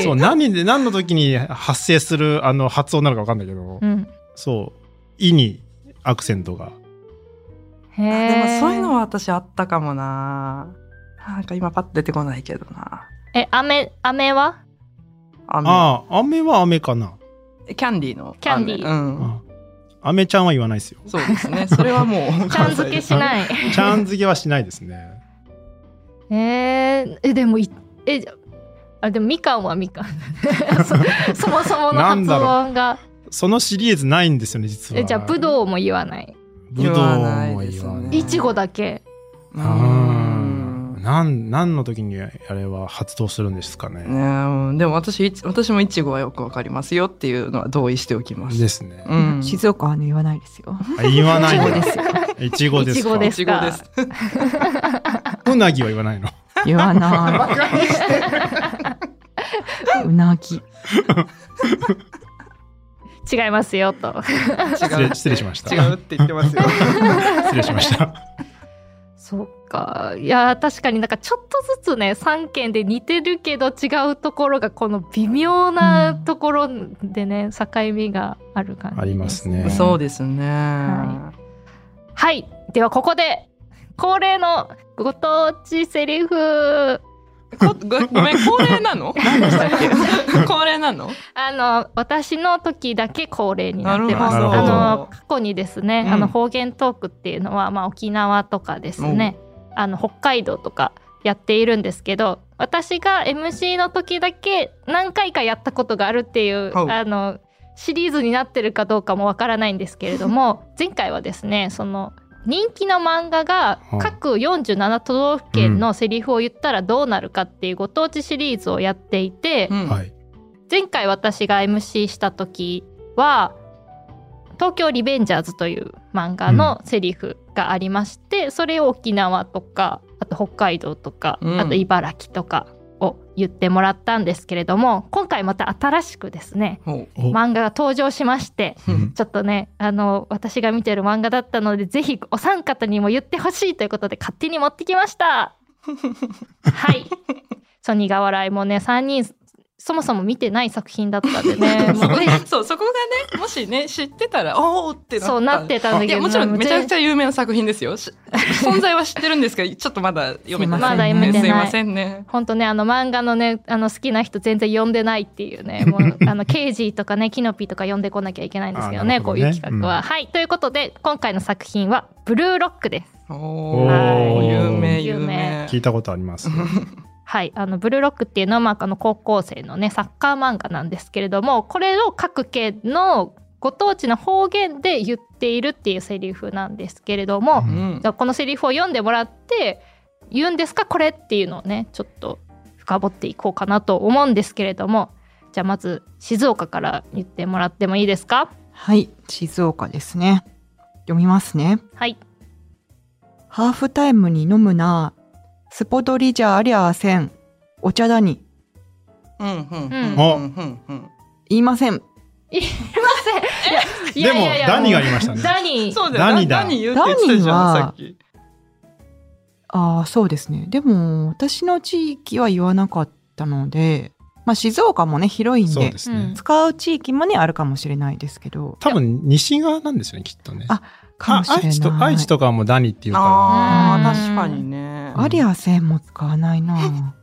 Speaker 1: い
Speaker 2: そう何で何の時に発生するあの発音なのか分かんないけど、
Speaker 1: うん、
Speaker 2: そう「い」にアクセントが
Speaker 1: へ
Speaker 4: あ
Speaker 1: え
Speaker 4: でもそういうのは私あったかもななんか今パッと出てこないけどな
Speaker 1: え飴飴は
Speaker 4: あ
Speaker 2: ああ飴は飴かな
Speaker 4: キャンディーの
Speaker 1: キャンディー
Speaker 4: あのうん
Speaker 2: あ飴ちゃんは言わないですよ
Speaker 4: そうですね (laughs) それはもう
Speaker 1: ちゃん付けし (laughs) ない
Speaker 2: ちゃん漬けはしないですね
Speaker 1: えー、えでもいえじゃあでもみかんはみかん (laughs) そそもそもの
Speaker 2: な
Speaker 1: 発
Speaker 2: んだろう
Speaker 1: 音が
Speaker 2: そのシリーズないんですよね実は
Speaker 1: えじゃあぶどうも言わない
Speaker 2: ぶどう
Speaker 4: 言わない
Speaker 2: も
Speaker 4: ですね
Speaker 2: 言わない
Speaker 1: いちごだけ
Speaker 4: (laughs)
Speaker 2: (laughs)
Speaker 4: う
Speaker 2: うん
Speaker 4: ん
Speaker 2: なん何の時にあれは発動するんですか
Speaker 4: ね
Speaker 2: ね。
Speaker 4: うんでも私いち私もいちごはよくわかりますよっていうのは同意しておきます
Speaker 2: ですね。
Speaker 4: うん
Speaker 3: 静岡はね、言わないですよ。 (laughs)
Speaker 2: あ言わない
Speaker 3: いち
Speaker 2: の
Speaker 3: ごですよ。
Speaker 2: いちごで
Speaker 1: い
Speaker 2: すか。
Speaker 1: ちごで
Speaker 4: い
Speaker 1: す
Speaker 4: ちごです
Speaker 2: うなぎは言わないの。
Speaker 3: 言わない。うなぎ。
Speaker 1: 違いますよと
Speaker 2: 失
Speaker 4: 違う
Speaker 2: 礼失礼しました。
Speaker 4: 違うって言って (laughs) ますよ
Speaker 2: 失礼しました。
Speaker 1: そっかいやー確かになんかちょっとずつね3県で似てるけど違うところがこの微妙なところでね、境目がある感じ
Speaker 2: ありますね
Speaker 4: そうですね、
Speaker 1: ははい。ではここで、恒例のご当地セリフ。
Speaker 4: こごごめん恒例なの何でしたっけ (laughs) 恒例なの
Speaker 1: あの、私の時だけ恒例になってます。
Speaker 2: なるほど
Speaker 1: あの、過去にですね、
Speaker 4: うん
Speaker 1: あの方言トークっていうのは、まあ沖縄とかですね、あの北海道とかやっているんですけど、私が MC の時だけ何回かやったことがあるっていう、
Speaker 4: おう
Speaker 1: あの、シリーズになってるかどうかもわからないんですけれども
Speaker 2: (laughs)
Speaker 1: 前回はですねその人気の漫画が
Speaker 2: はい
Speaker 1: 各47都道府県のセリフを言ったらどうなるかっていうご当地シリーズをやっていて、
Speaker 4: うん
Speaker 2: はい。
Speaker 1: 前回私が MC した時は「東京リベンジャーズ」という漫画のセリフがありまして、それを沖縄とかあと北海道とか、
Speaker 4: うん
Speaker 1: あと茨城とかを言ってもらったんですけれども今回また新しくですね
Speaker 4: ほ
Speaker 2: お
Speaker 1: 漫画が登場しまして
Speaker 4: う (laughs)
Speaker 2: うん
Speaker 1: ちょっとねあの私が見てる漫画だったのでぜひお三方にも言ってほしいということで勝手
Speaker 4: (laughs)
Speaker 1: に持ってきましたはいソニーが笑いもね3人そもそも見てない作品だったんで
Speaker 4: (laughs)
Speaker 1: ね (laughs) もうこれ
Speaker 4: そうそこがねもしね知ってたらおおってなった
Speaker 1: そうなってたんだ
Speaker 4: い
Speaker 1: け
Speaker 4: や
Speaker 1: ど
Speaker 4: もちろんめちゃくち
Speaker 1: ゃ
Speaker 4: ゃ有名な作品ですよし存在は知ってるんですけどちょっとまだ読めてない
Speaker 1: まだ読めてない
Speaker 4: すいませんね
Speaker 1: 本当ねあの漫画のねあの好きな人全然読んでないっていうねも
Speaker 4: (laughs)
Speaker 1: うあのケージーとかねキノピーとか読んでこなきゃいけないんですけどね
Speaker 2: あなる
Speaker 1: こ
Speaker 2: ほ
Speaker 1: う
Speaker 2: どね
Speaker 1: いう企画は、
Speaker 2: うん
Speaker 1: はいということで今回の作品は「ブルーロック」です
Speaker 4: お
Speaker 1: ー
Speaker 4: お有名
Speaker 1: 有
Speaker 4: 有
Speaker 1: 名
Speaker 4: 名
Speaker 2: 聞いたことあります。
Speaker 1: はい、あのブルーロックっていうのは、まあ、あの高校生のねサッカー漫画なんですけれどもこれを各県のご当地の方言で言っているっていうセリフなんですけれども
Speaker 4: う、ん
Speaker 1: じゃあこのセリフを読んでもらって言うんですかこれっていうのをねちょっと深掘っていこうかなと思うんですけれどもじゃあまず静岡から言ってもらってもいいですか
Speaker 3: はい、静岡ですね。読みますね。
Speaker 1: はい
Speaker 3: ハーフタイムに飲むな。スポドリじゃありゃあせん。お茶だに。
Speaker 4: うんうん
Speaker 1: うん
Speaker 4: うんうん
Speaker 3: 言いません。
Speaker 1: い
Speaker 2: で
Speaker 1: やい
Speaker 2: も
Speaker 1: やいや
Speaker 2: ダニがいましたね。
Speaker 1: ダニ
Speaker 4: そうだよ
Speaker 2: 何だ
Speaker 4: 何言うって言ってたじゃん
Speaker 3: 何は
Speaker 4: さっき
Speaker 3: ああ、そうですね。でも、私の地域は言わなかったので、まあ静岡もね、広いん
Speaker 2: そう
Speaker 3: で
Speaker 2: で、すね。
Speaker 3: 使う地域もね、あるかもしれないですけど、
Speaker 2: 多分西側なんですよねきっとね。
Speaker 3: あかもしれない。
Speaker 2: 愛知と愛知とかはもうダニっていうか
Speaker 4: あ
Speaker 1: うん
Speaker 4: あ確かにね
Speaker 3: アリアせんも使わないな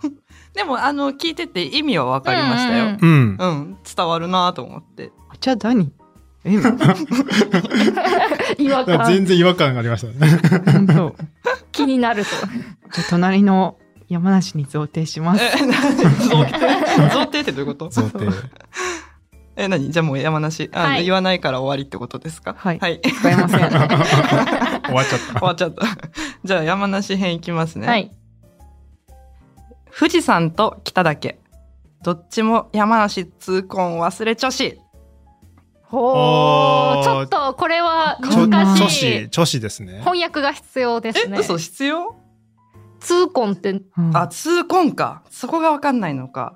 Speaker 4: でもあの聞いてて意味はわかりました
Speaker 1: うんうん
Speaker 4: よ
Speaker 2: ら。うん。
Speaker 4: うん伝わるなと思
Speaker 1: (laughs)
Speaker 4: って
Speaker 3: お茶だに。え、 (laughs)
Speaker 1: 違和
Speaker 2: だから
Speaker 1: 感
Speaker 2: 全然違和感がありましたね。
Speaker 3: 本当。
Speaker 1: 気になると (laughs)
Speaker 3: じゃあ隣の山梨に贈呈します。
Speaker 4: え贈呈贈呈ってどういうこと
Speaker 2: 贈呈。
Speaker 4: え何じゃあもう山梨あ、
Speaker 1: はい
Speaker 4: 言わないから終わりってことですか
Speaker 3: はい
Speaker 4: はい、 (laughs)
Speaker 3: 使いません。
Speaker 2: (laughs) 終わっちゃっ
Speaker 4: 終わっちゃった。 (laughs) じゃあ山梨編いきますね。
Speaker 1: はい
Speaker 4: 富士山と北岳。どっちも山梨痛恨忘れちょし。
Speaker 1: ほ
Speaker 2: お
Speaker 1: ー
Speaker 2: ー
Speaker 1: ちょっとこれは
Speaker 2: た。ちょ
Speaker 1: 難
Speaker 2: 女
Speaker 1: しい
Speaker 2: 子女子ですね。
Speaker 1: 翻訳が必要です
Speaker 4: え、
Speaker 1: ね
Speaker 4: 嘘必要
Speaker 1: 痛恨って
Speaker 3: うん
Speaker 4: あ、痛恨か。そこがわかんないのか。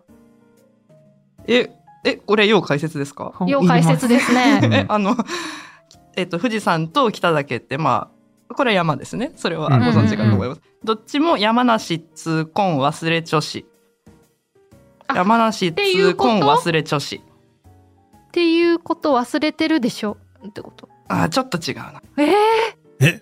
Speaker 4: え、え、これ要解説ですか
Speaker 1: 要解説ですね
Speaker 2: ん
Speaker 4: (laughs) え、あの、えっと、富士山と北岳って、まあ、これは山ですね。それはご存知かと思います。どっちも山梨痛恨忘れちょし。
Speaker 1: あ
Speaker 4: 山梨
Speaker 1: てい
Speaker 4: 痛
Speaker 1: うこと
Speaker 4: 恨忘れちょし。
Speaker 1: っていうこと忘れてるでしょってこと
Speaker 4: あ、ちょっと違うな。
Speaker 1: えー、
Speaker 2: え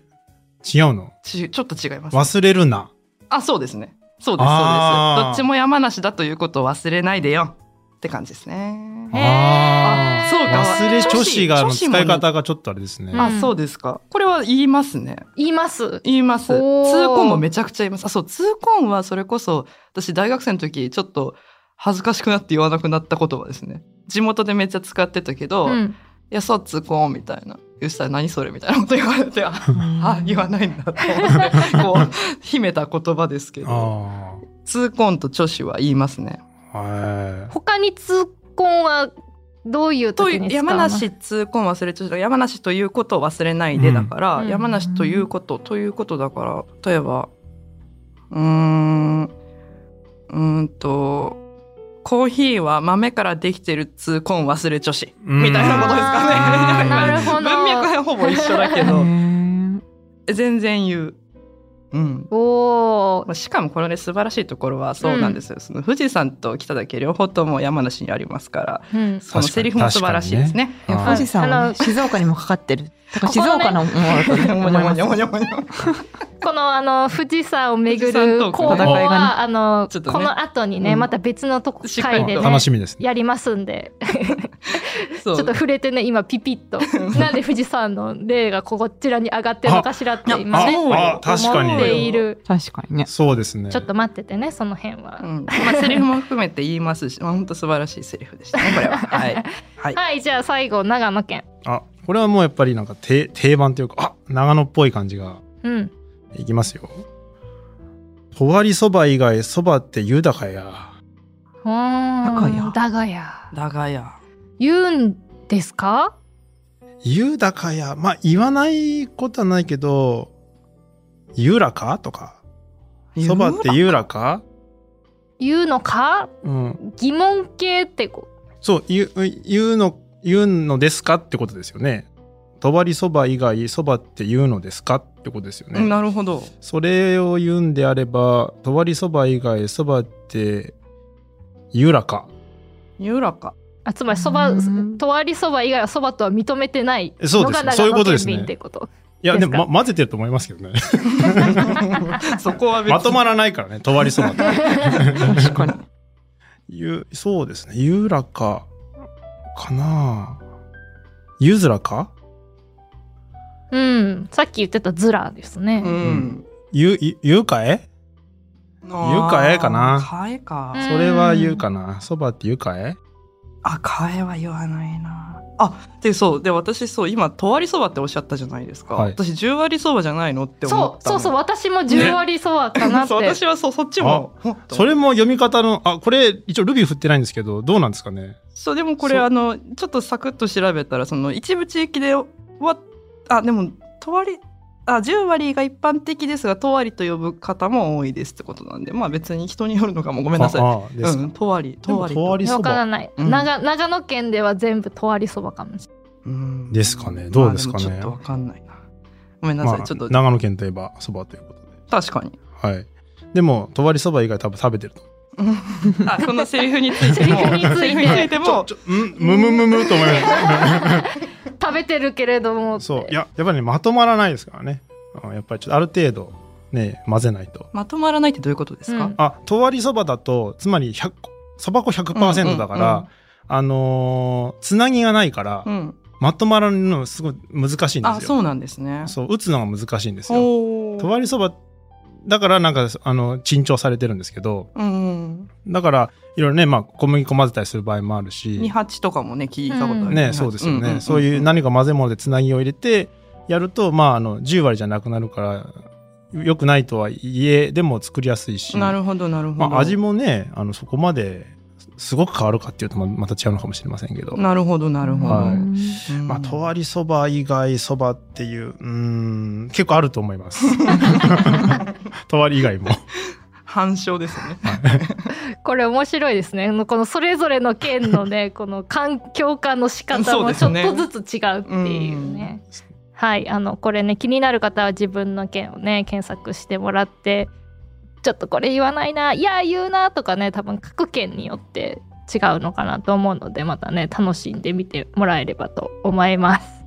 Speaker 2: 違うの。
Speaker 4: ちちょっと違います。
Speaker 2: 忘れるな。
Speaker 4: あ、そうですね。そうです、そう
Speaker 2: あ
Speaker 4: です。
Speaker 2: ー
Speaker 4: どっちも山梨だということを忘れないでよ。って感じですね。
Speaker 2: あ
Speaker 1: えー
Speaker 2: ー
Speaker 4: そうか
Speaker 2: 忘れ女子がの使い
Speaker 4: 女子
Speaker 2: 方がちょっとあれですね。
Speaker 1: うん
Speaker 4: あ、そうですか。これは言いますね。
Speaker 1: 言います
Speaker 4: 言います。痛
Speaker 1: おー
Speaker 4: 恨もめちゃくちゃ言います。あ、そう、痛恨はそれこそ、私大学生の時、ちょっと恥ずかしくなって言わなくなった言葉ですね。地元でめっちゃ使ってたけど、
Speaker 1: う
Speaker 4: い
Speaker 1: ん、
Speaker 4: や、そう、痛恨みたいな。そしたら何それみたいなこと言われ
Speaker 1: (laughs)
Speaker 4: て、あ、あ言わ
Speaker 3: い。
Speaker 4: ないんだと思って、こう、秘めた言葉ですけど、
Speaker 2: あ
Speaker 4: 痛恨と著子は言いますね。
Speaker 2: あ。は
Speaker 1: 他に痛恨はどういう
Speaker 4: と
Speaker 1: 時に使うの
Speaker 4: 山梨痛恨忘れちゃう山梨ということを忘れないでだから、
Speaker 1: うん
Speaker 4: 山梨ということということだから例えばうーんうーんとコーヒーは豆からできてる痛恨忘れ女子
Speaker 2: い。み
Speaker 4: みたいなことですかね (laughs)
Speaker 1: あーなるほど
Speaker 4: 文脈はほぼ一緒だけ
Speaker 3: へ
Speaker 4: ど
Speaker 3: ー
Speaker 4: 全然言う。うん
Speaker 1: お
Speaker 4: まあしかもこのね素晴らしいところはそうなんですよ、その富士山と北岳両方とも山梨にありますから
Speaker 1: ー、うん、
Speaker 4: そのセリフも素晴らしいですね。
Speaker 2: 確かに確かにね
Speaker 3: 富士山は
Speaker 1: あ
Speaker 3: ね
Speaker 1: の
Speaker 3: 静岡にもかかってる。だ
Speaker 4: こ
Speaker 3: から
Speaker 4: こ
Speaker 3: 静
Speaker 4: はね
Speaker 3: 岡のものだと思います。
Speaker 1: このあの富士山を巡
Speaker 4: 富士
Speaker 1: る
Speaker 4: 山トーク
Speaker 1: 高校
Speaker 3: 戦いがね
Speaker 1: は、あの
Speaker 4: ちょっとね
Speaker 1: この後にね、
Speaker 4: うん
Speaker 1: また別のとこ
Speaker 4: しっかり
Speaker 1: 回
Speaker 4: と
Speaker 1: でね
Speaker 2: 楽しみですね。
Speaker 1: やりますんで
Speaker 4: ちょ
Speaker 1: ちょっと触れてね今ピピッ
Speaker 2: (laughs)
Speaker 1: となんで富士山の例がこちらに上がってるのかしらって
Speaker 4: あ
Speaker 1: 今ね
Speaker 4: いや
Speaker 2: ああ、確か
Speaker 1: 思ってい
Speaker 2: に。
Speaker 1: る
Speaker 3: 確かにね。
Speaker 2: そうですね。
Speaker 1: ちょっと待っててねその辺は、
Speaker 4: うん、まあセリフも含めて言いますし、まあ本当素晴らしいセリフ
Speaker 1: (laughs)
Speaker 4: でしたね、これは。はい。はい。
Speaker 1: はいじゃあ最後長野県
Speaker 2: あ、これはもうやっぱりなんか定定番というか、あ、長野っぽい感じが
Speaker 1: うん
Speaker 2: いきますよ。とわりそば以外そばって言うだかや。
Speaker 1: うーん
Speaker 3: だがや
Speaker 1: だがや
Speaker 4: だがや。
Speaker 1: 言うんですか
Speaker 2: 言うだかや、まあ言わないことはないけど、言うらかとか。そばって言うらか
Speaker 1: 言うのか
Speaker 2: うん。
Speaker 1: 疑問形ってこ
Speaker 2: そう、言う、言うの、言うのですかってことですよね。とばりそば以外そばって言うのですかってことですよね。
Speaker 4: なるほど。
Speaker 2: それを言うんであれば、とばりそば以外そばって言うらか
Speaker 4: 三浦
Speaker 2: (laughs)
Speaker 4: か。
Speaker 1: あつまりそば
Speaker 3: うん
Speaker 1: とわりそば以外はそばとは認めてない
Speaker 2: えそう
Speaker 1: の
Speaker 2: です
Speaker 1: が
Speaker 2: ねそうい
Speaker 1: 長
Speaker 2: う
Speaker 1: 野
Speaker 2: ことで
Speaker 1: 県
Speaker 2: すね
Speaker 1: 民ってこと (laughs)
Speaker 2: いや、
Speaker 1: で
Speaker 2: です
Speaker 1: か
Speaker 2: も、ま、混ぜてると思いますけどね。
Speaker 4: そこは別に
Speaker 2: まとまらないからね、とわりそば
Speaker 1: (laughs)
Speaker 2: と。
Speaker 3: 確かに。
Speaker 2: ゆそうですね、ゆらか、かなゆずらか
Speaker 1: うんさっき言ってたズラですね、
Speaker 4: うん。
Speaker 2: ゆ、ゆゆかえ
Speaker 4: あー
Speaker 2: かえかな
Speaker 4: かえか。
Speaker 1: うん
Speaker 2: それはゆうかな。そばってゆかえ
Speaker 4: あ、かえは言わないな。あ、で、そう。で、私、そう、今、とわりそばっておっしゃったじゃないですか。
Speaker 2: はい
Speaker 4: 私、十割そばじゃないのって思
Speaker 1: そ
Speaker 4: っ
Speaker 1: う
Speaker 4: た
Speaker 1: そ
Speaker 4: の。
Speaker 1: うそう私も十割そばか
Speaker 2: (laughs)
Speaker 1: なって、
Speaker 4: そう私はそう、そっちも。ほっと
Speaker 2: それも読み方の、あ、これ、一応ルビー振ってないんですけど、どうなんですかね。
Speaker 4: そう、でもこれ、
Speaker 2: そう
Speaker 4: あの、ちょっとサクッと調べたら、その、一部地域では、あ、でも、とわり、あ、十割が一般的ですが、とわりと呼ぶ方も多いですってことなんで、まあ別に人によるのかもごめんなさい。
Speaker 2: ああです
Speaker 4: うん、とわり、とわり
Speaker 2: でもとわり
Speaker 1: わからない、
Speaker 4: うん
Speaker 1: 長長野県では全部とわりそばかもしれ
Speaker 4: うん
Speaker 2: ですかねどうですかね
Speaker 4: まあもちょっとわかんないな。ごめんなさ
Speaker 2: ま
Speaker 4: い、
Speaker 2: あ、
Speaker 4: ちょっと、
Speaker 2: 長野県といえばそばということで。
Speaker 4: 確か
Speaker 2: (laughs)
Speaker 4: に。
Speaker 2: はい。でも、とわりそば以外多分食べてると。
Speaker 4: あ、このセリフについても、
Speaker 1: セリフについて
Speaker 4: セリフについても、
Speaker 2: んむむむむと思い
Speaker 1: ない食べてるけれどもっ
Speaker 2: ま
Speaker 1: て
Speaker 2: す。そう。いや、やっぱりね、まとまらないですからね。うんやっぱりちょっとある程度、ね、混ぜないと。
Speaker 4: まとまらないってどういうことですか、
Speaker 1: うん
Speaker 2: あ、とわりそばだと、つまり100個、そば粉100%だから、あのーつなぎがないから、
Speaker 4: うん、うん
Speaker 2: まとまらんのすごい難しいんで
Speaker 4: あ、
Speaker 2: すよ。
Speaker 4: そうなんですね。
Speaker 2: そう。打つのが難しいんですよ。
Speaker 4: お
Speaker 2: とわりそばだからなんかあの珍重されてるんですけど
Speaker 4: うん、
Speaker 2: だからいろいろね、まあ、小麦粉混ぜたりする場合もある
Speaker 4: 二
Speaker 2: し、
Speaker 4: 八とかもね聞いたことある、
Speaker 1: うん
Speaker 2: ね、そうですよね、
Speaker 4: んんん
Speaker 2: そういう何か混ぜ物でつなぎを入れてやると、まあ、あの10割じゃなくなるからよくないとはいえでも作りやすいし
Speaker 4: なるほどなるほど、
Speaker 2: まあ、味もねあのそこまですごく変わるかっていうとままた違うのかもしれませんけど。
Speaker 4: なるほどなるほど、
Speaker 2: はい
Speaker 4: うん
Speaker 2: まあ、とわりそば以外そばっていううーん結構あると思います
Speaker 4: (laughs)
Speaker 2: (laughs) とわり以外も
Speaker 4: 反証です
Speaker 2: (laughs)
Speaker 4: ね
Speaker 1: これ面白いですねこのそれぞれの県のねこの環境化の仕方
Speaker 4: そう
Speaker 1: も
Speaker 4: で
Speaker 1: ちょ
Speaker 4: す
Speaker 1: っ
Speaker 4: ね
Speaker 1: とずつ違うっていうねはいあのこれね気になる方は自分の県をね検索してもらってちょっとこれ言わないないや言うなとかね多分各県によって違うのかなと思うのでまたね楽しんでみてもらえればと思います。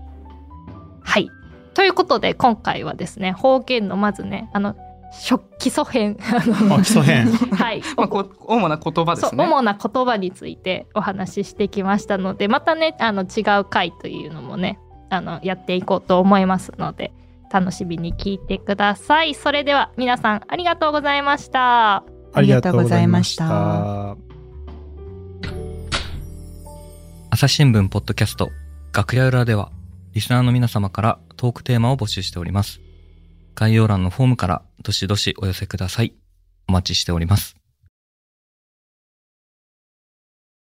Speaker 1: はいということで今回はですね方言のまずねあの初基礎編あの
Speaker 2: あ基礎編
Speaker 1: (laughs) はい
Speaker 4: まあ、こ主な言葉で
Speaker 1: そう
Speaker 4: すね
Speaker 1: 主な言葉についてお話ししてきましたのでまたねあの違う回というのもねあのやっていこうと思いますので楽しみに聞いてくださいそれでは皆さんありがとうございました
Speaker 3: ありがとうございました
Speaker 2: ありがとうございました
Speaker 5: 朝日新聞ポッドキャスト楽屋裏ではリスナーの皆様からトークテーマを募集しております。概要欄のフォームからどしどしお寄せください。お待ちしております。